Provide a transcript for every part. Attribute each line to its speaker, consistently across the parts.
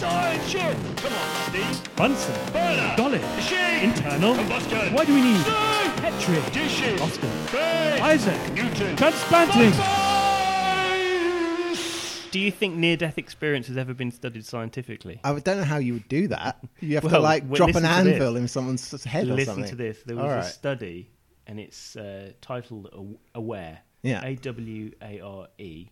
Speaker 1: Shit! Come on, Steve.
Speaker 2: Bunsen,
Speaker 1: Burner.
Speaker 2: Dolly,
Speaker 1: Machine.
Speaker 2: Internal,
Speaker 1: Combustion.
Speaker 2: Why do we need
Speaker 1: Steam.
Speaker 2: Petri,
Speaker 1: Dishes.
Speaker 2: Oscar,
Speaker 1: Bay.
Speaker 2: Isaac,
Speaker 1: Newton.
Speaker 2: Transplanting?
Speaker 1: Space.
Speaker 3: Do you think near death experience has ever been studied scientifically?
Speaker 4: I don't know how you would do that. You have to
Speaker 3: Well,
Speaker 4: like
Speaker 3: well,
Speaker 4: drop
Speaker 3: listen
Speaker 4: an
Speaker 3: to this.
Speaker 4: anvil in someone's s- head or
Speaker 3: Listen
Speaker 4: something.
Speaker 3: to this. There was
Speaker 4: All
Speaker 3: a
Speaker 4: right.
Speaker 3: study, and it's uh, titled Aw- Aware.
Speaker 4: Yeah.
Speaker 3: A W A R E.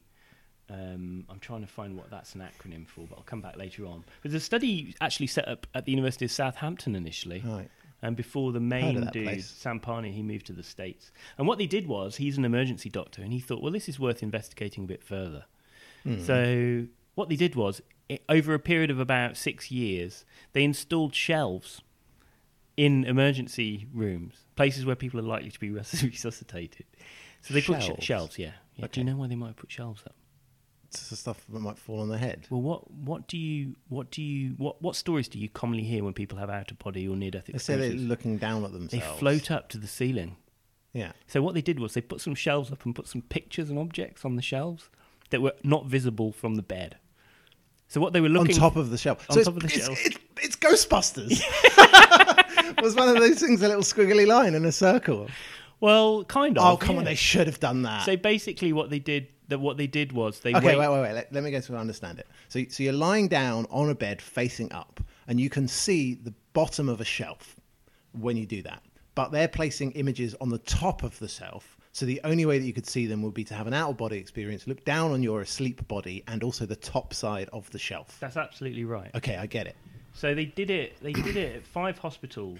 Speaker 3: Um, I'm trying to find what that's an acronym for, but I'll come back later on. But the study actually set up at the University of Southampton initially.
Speaker 4: Right.
Speaker 3: And before the main
Speaker 4: that
Speaker 3: dude,
Speaker 4: place.
Speaker 3: Sampani, he moved to the States. And what they did was, he's an emergency doctor, and he thought, well, this is worth investigating a bit further.
Speaker 4: Hmm.
Speaker 3: So what they did was, i over a period of about six years, they installed shelves in emergency rooms, places where people are likely to be res- resuscitated. So they put
Speaker 4: Shelves?
Speaker 3: sh- shelves, yeah. yeah. Do you know why they might put shelves up?
Speaker 4: It's the stuff that might fall on the head.
Speaker 3: Well, what what do you what do you what what stories do you commonly hear when people have out of body or near death
Speaker 4: They say they're
Speaker 3: experiences?
Speaker 4: looking down at
Speaker 3: They
Speaker 4: themselves.
Speaker 3: float up to the ceiling.
Speaker 4: Yeah.
Speaker 3: So what they did was they put some shelves up and put some pictures and objects on the shelves that were not visible from the bed. So what they were
Speaker 4: On
Speaker 3: looking
Speaker 4: top of the shelf.
Speaker 3: on
Speaker 4: so
Speaker 3: top of the
Speaker 4: it's,
Speaker 3: shelf.
Speaker 4: It's, it's, it's Ghostbusters. it was one of those things, a little squiggly line in a circle.
Speaker 3: well, kind of.
Speaker 4: Oh, come on,
Speaker 3: yeah.
Speaker 4: they should have done that.
Speaker 3: So basically, what they did that what they did was they
Speaker 4: okay,
Speaker 3: wait-
Speaker 4: wait, wait, wait. Let, let me go to understand it. So, so you're lying down on a bed facing up, and you can see the bottom of a shelf when you do that. But they're placing images on the top of the shelf. So the only way that you could see them would be to have an out of body experience, look down on your asleep body, and also the top side of the shelf.
Speaker 3: That's absolutely right.
Speaker 4: Okay, I get it.
Speaker 3: So they did it. They did it at five hospitals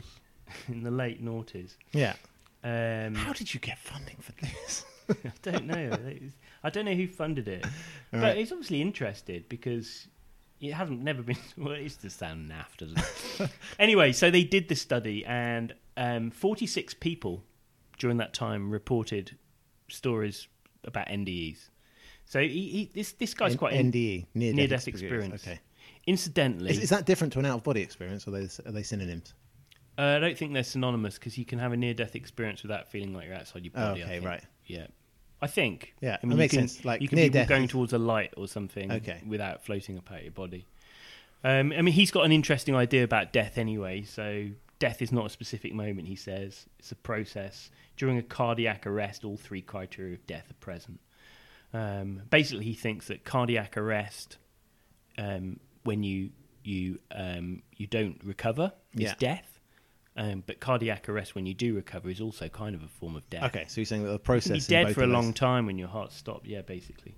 Speaker 3: in the late noughties.
Speaker 4: Yeah.
Speaker 3: Um,
Speaker 4: How did you get funding for this?
Speaker 3: I don't know. It was- I don't know who funded it, but
Speaker 4: right.
Speaker 3: it's obviously interested because it hasn't never been. Well, it used to sound naff, doesn't it? anyway, so they did this study, and um, 46 people during that time reported stories about NDEs. So he, he, this this guy's
Speaker 4: N-
Speaker 3: quite
Speaker 4: NDE, near death
Speaker 3: near death
Speaker 4: experience.
Speaker 3: experience.
Speaker 4: Okay.
Speaker 3: Incidentally,
Speaker 4: Is, is that different to an out of body experience, or are they, are they synonyms?
Speaker 3: Uh, I don't think they're synonymous because you can have a near death experience without feeling like you're outside your
Speaker 4: Oh,
Speaker 3: body. I
Speaker 4: okay,
Speaker 3: think.
Speaker 4: right.
Speaker 3: Yeah. I think.
Speaker 4: Yeah,
Speaker 3: I
Speaker 4: that
Speaker 3: mean,
Speaker 4: makes
Speaker 3: you can,
Speaker 4: sense. Like,
Speaker 3: you can
Speaker 4: near
Speaker 3: be
Speaker 4: death
Speaker 3: going
Speaker 4: is-
Speaker 3: towards a light or something
Speaker 4: Okay.
Speaker 3: without floating up out your body. Um, I mean, he's got an interesting idea about death anyway. So, death is not a specific moment, he says. It's a process. During a cardiac arrest, all three criteria of death are present. Um, basically, he thinks that cardiac arrest, um, when you you um, you don't recover, is
Speaker 4: Yeah.
Speaker 3: death. Um, but cardiac arrest, when you do recover, is also kind of a form of death.
Speaker 4: Okay, so you're saying that the
Speaker 3: You can be
Speaker 4: process. in
Speaker 3: dead
Speaker 4: both
Speaker 3: for a
Speaker 4: of those-
Speaker 3: long time when your heart stopped. Yeah, basically.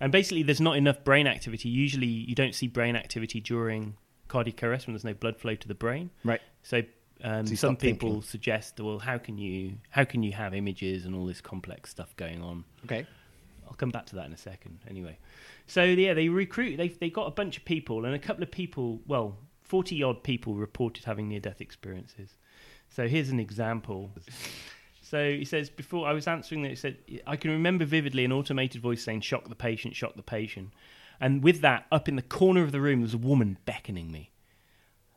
Speaker 3: And basically, there's not enough brain activity. Usually, you don't see brain activity during cardiac arrest when there's no blood flow to the brain.
Speaker 4: Right.
Speaker 3: So, um,
Speaker 4: So you
Speaker 3: some
Speaker 4: stop thinking.
Speaker 3: people suggest, well, how can you how can you have images and all this complex stuff going on?
Speaker 4: Okay.
Speaker 3: I'll come back to that in a second. Anyway, so yeah, they recruit. They they got a bunch of people, and a couple of people, well, forty odd people reported having near death experiences. So here's an example. So he says, before I was answering that, he said, I can remember vividly an automated voice saying, shock the patient, shock the patient. And with that, up in the corner of the room, there was a woman beckoning me.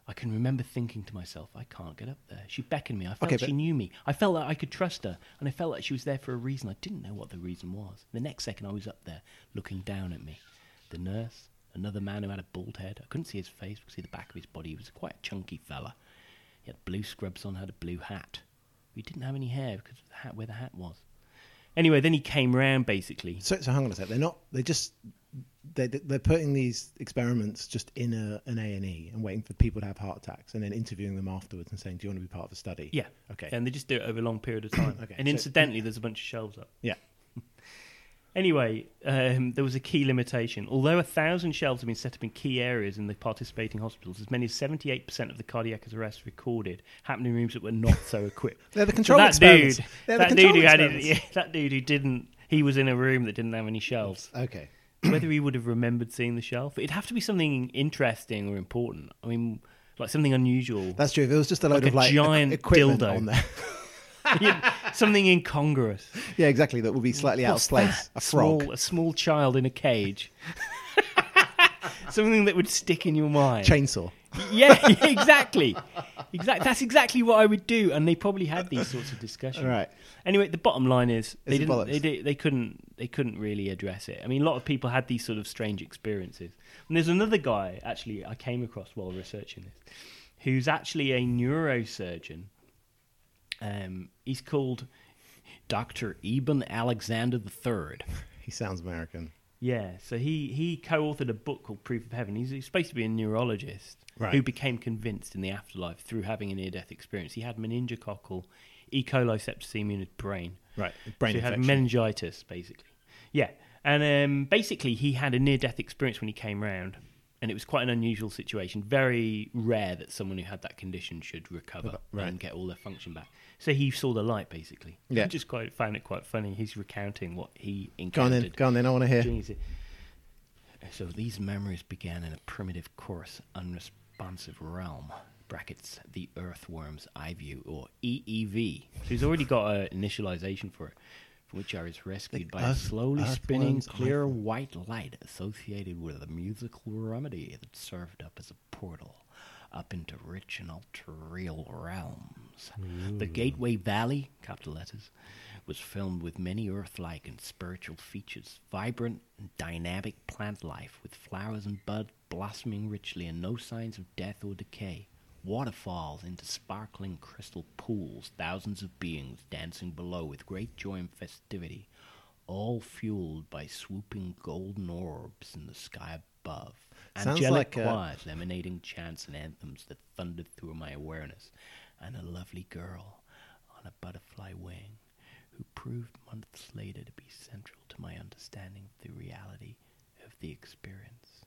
Speaker 3: I can remember thinking to myself, I can't get up there. She beckoned me. I felt
Speaker 4: Okay,
Speaker 3: she
Speaker 4: but-
Speaker 3: knew me. I felt that I could trust her. And I felt that she was there for a reason. I didn't know what the reason was. The next second, I was up there looking down at me. The nurse, another man who had a bald head. I couldn't see his face, but could see the back of his body. He was quite a chunky fella. He had blue scrubs on, had a blue hat. He didn't have any hair because of the hat where the hat was. Anyway, then he came round basically.
Speaker 4: So, so hang on a sec. They're not. They're just. They're, they're putting these experiments just in a, an A and E and waiting for people to have heart attacks and then interviewing them afterwards and saying, "Do you want to be part of a study?"
Speaker 3: Yeah.
Speaker 4: Okay.
Speaker 3: And they just do it over a long period of time.
Speaker 4: Okay,
Speaker 3: And
Speaker 4: so-
Speaker 3: incidentally, there's a bunch of shelves up.
Speaker 4: yeah.
Speaker 3: Anyway, um, there was a key limitation. Although a thousand shelves have been set up in key areas in the participating hospitals, as many as 78% of the cardiac arrests recorded happened in rooms that were not so equipped.
Speaker 4: They're the
Speaker 3: So
Speaker 4: control
Speaker 3: that
Speaker 4: experiments.
Speaker 3: dude,
Speaker 4: They're
Speaker 3: that
Speaker 4: the
Speaker 3: dude
Speaker 4: control
Speaker 3: who had it,
Speaker 4: experiments.
Speaker 3: yeah, that dude who didn't, he was in a room that didn't have any shelves.
Speaker 4: Okay.
Speaker 3: Whether he would have remembered seeing the shelf, it'd have to be something interesting or important. I mean, like something unusual.
Speaker 4: That's true. If it was just a load
Speaker 3: Like a
Speaker 4: of like
Speaker 3: giant
Speaker 4: e- equipment
Speaker 3: dildo.
Speaker 4: on there,
Speaker 3: something incongruous.
Speaker 4: yeah, exactly. That would be slightly
Speaker 3: What's
Speaker 4: out of place.
Speaker 3: that?
Speaker 4: A frog.
Speaker 3: Small, a small child in a cage. Something that would stick in your mind.
Speaker 4: Chainsaw.
Speaker 3: Yeah, exactly. Exactly. That's exactly what I would do. And they probably had these sorts of discussions.
Speaker 4: All right.
Speaker 3: Anyway, the bottom line is they
Speaker 4: It's
Speaker 3: didn't.
Speaker 4: bollocks.
Speaker 3: They, di- they couldn't. they couldn't really address it. I mean, a lot of people had these sort of strange experiences. And there's another guy actually I came across while researching this, who's actually a neurosurgeon. Um, he's called
Speaker 1: Dr. Eben Alexander III.
Speaker 4: He sounds American.
Speaker 3: yeah. So he he co-authored a book called Proof of Heaven. He's, he's supposed to be a neurologist
Speaker 4: Right.
Speaker 3: who became convinced in the afterlife through having a near-death experience. He had meningococcal E. coli septicemia in his brain.
Speaker 4: Right. Brain
Speaker 3: so he
Speaker 4: infection.
Speaker 3: had meningitis, basically. Yeah, and um, basically he had a near-death experience when he came round, and it was quite an unusual situation. Very rare that someone who had that condition should recover
Speaker 4: Right.
Speaker 3: and get all their function back. So he saw the light, basically.
Speaker 4: Yeah.
Speaker 3: I just quite found it quite funny. He's recounting what he
Speaker 4: go on then.
Speaker 3: encountered.
Speaker 4: Go on then. I want to hear.
Speaker 3: during his-
Speaker 1: So these memories began in a primitive, coarse, unresponsive realm. Brackets, the earthworm's eye view, or E EEV.
Speaker 3: So he's already got an initialization for it.
Speaker 1: from which I was rescued by a
Speaker 4: earth-
Speaker 1: slowly spinning
Speaker 4: earthworm's
Speaker 1: clear white light associated with a musical remedy that served up as a portal up into rich and ulterior realms. The Gateway Valley, capital letters, was filmed with many earth-like and spiritual features, vibrant and dynamic plant life with flowers and buds blossoming richly and no signs of death or decay. Waterfalls into sparkling crystal pools, thousands of beings dancing below with great joy and festivity, all fueled by swooping golden orbs in the sky above.
Speaker 4: Sounds
Speaker 1: Angelic
Speaker 4: like, uh,
Speaker 1: choirs emanating chants and anthems that thundered through my awareness, and a lovely girl on a butterfly wing who proved months later to be central to my understanding of the reality of the experience.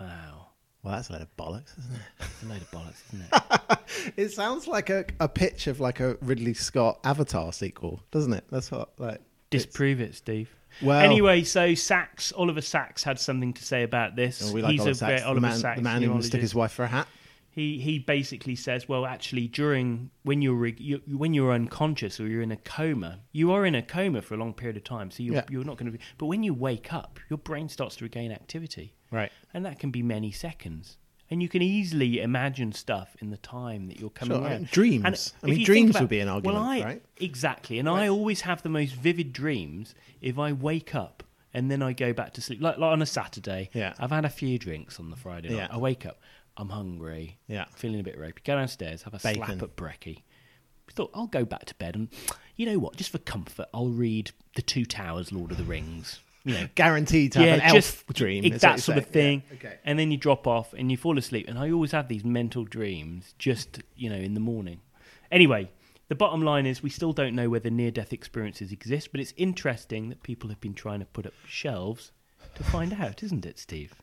Speaker 1: Wow.
Speaker 4: Well, that's a load of bollocks, isn't
Speaker 1: It's a load of bollocks, isn't it?
Speaker 4: it? It sounds like a, a pitch of like a Ridley Scott Avatar sequel, doesn't it? That's what like.
Speaker 3: Disprove it, Steve.
Speaker 4: Well-
Speaker 3: anyway, so Sachs, Oliver Sachs had something to say about this.
Speaker 4: And Oh, we like Oliver
Speaker 3: a great
Speaker 4: Sacks, the
Speaker 3: Oliver
Speaker 4: man,
Speaker 3: Sacks
Speaker 4: the man who mistook
Speaker 3: neurologist.
Speaker 4: his wife for a hat.
Speaker 3: he he basically says, well, actually, during when you're reg- you, you- when you're unconscious or you're in a coma, you are in a coma for a long period of time, so you're
Speaker 4: Yeah.
Speaker 3: you're not going to be. But when you wake up, your brain starts to regain activity,
Speaker 4: Right.
Speaker 3: and that can be many seconds. And you can easily imagine stuff in the time that you're coming
Speaker 4: Sure, I mean,
Speaker 3: around.
Speaker 4: dreams.
Speaker 3: And
Speaker 4: I
Speaker 3: if
Speaker 4: mean,
Speaker 3: you think
Speaker 4: dreams
Speaker 3: about-
Speaker 4: would be an
Speaker 3: well, I,
Speaker 4: argument, right?
Speaker 3: Exactly. And I always have the most vivid dreams if I wake up and then I go back to sleep. Like, like on a Saturday,
Speaker 4: Yeah.
Speaker 1: I've had a few drinks on the Friday night.
Speaker 4: Yeah.
Speaker 1: I wake up, I'm hungry,
Speaker 4: Yeah.
Speaker 1: feeling a bit ropey. Go downstairs, have a
Speaker 4: Bacon.
Speaker 1: slap at brekkie. Thought I'll go back to bed and, you know what? Just for comfort, I'll read The Two Towers, Lord of the Rings. You know,
Speaker 4: Guaranteed to have an elf dream.
Speaker 3: it-
Speaker 4: is what
Speaker 3: that
Speaker 4: you're
Speaker 3: sort of thing.
Speaker 4: saying. Yeah, Okay.
Speaker 3: And then you drop off and you fall asleep. And I always have these mental dreams just, you know, in the morning. Anyway, the bottom line is we still don't know whether near death experiences exist, but it's interesting that people have been trying to put up shelves to find out, isn't it, Steve?